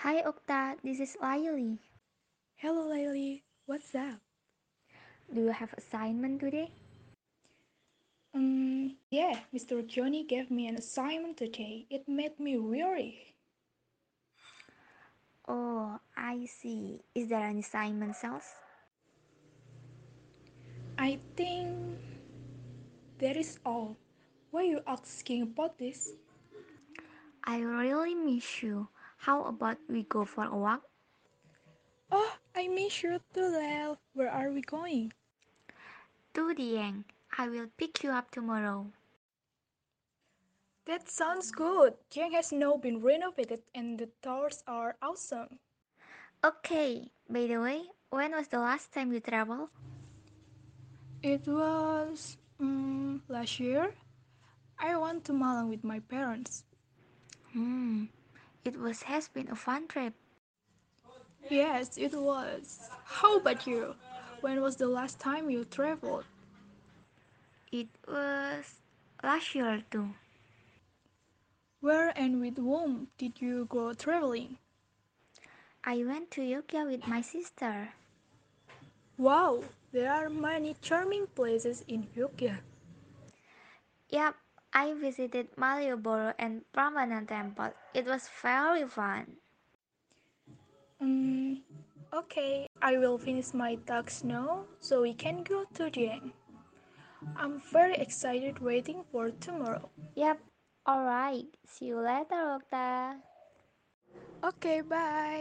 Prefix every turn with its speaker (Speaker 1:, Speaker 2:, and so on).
Speaker 1: Hi Okta, this is Laili.
Speaker 2: Hello, Layli. What's up?
Speaker 1: Do you have assignment today?
Speaker 2: Um, yeah, Mr. Johnny gave me an assignment today. It made me weary.
Speaker 1: Oh, I see. Is there an assignment else?
Speaker 2: I think that is all. Why you asking about this?
Speaker 1: I really miss you. How about we go for a walk?
Speaker 2: Oh, I miss you too, Lel. Where are we going?
Speaker 1: To the end. I will pick you up tomorrow.
Speaker 2: That sounds good. Jiang has now been renovated and the tours are awesome.
Speaker 1: Okay. By the way, when was the last time you traveled?
Speaker 2: It was um, last year. I went to Malang with my parents.
Speaker 1: Hmm. It was has been a fun trip.
Speaker 2: Yes, it was. How about you? When was the last time you traveled?
Speaker 1: It was last year too.
Speaker 2: Where and with whom did you go traveling?
Speaker 1: I went to Yogyakarta with my sister.
Speaker 2: Wow, there are many charming places in Yogyakarta.
Speaker 1: Yep, I visited Malioboro and Brahmana temple. It was very fun.
Speaker 2: Mm, okay, I will finish my talks now so we can go to Dieng. I'm very excited waiting for tomorrow.
Speaker 1: Yep, alright. See you later, Okta.
Speaker 2: Okay, bye.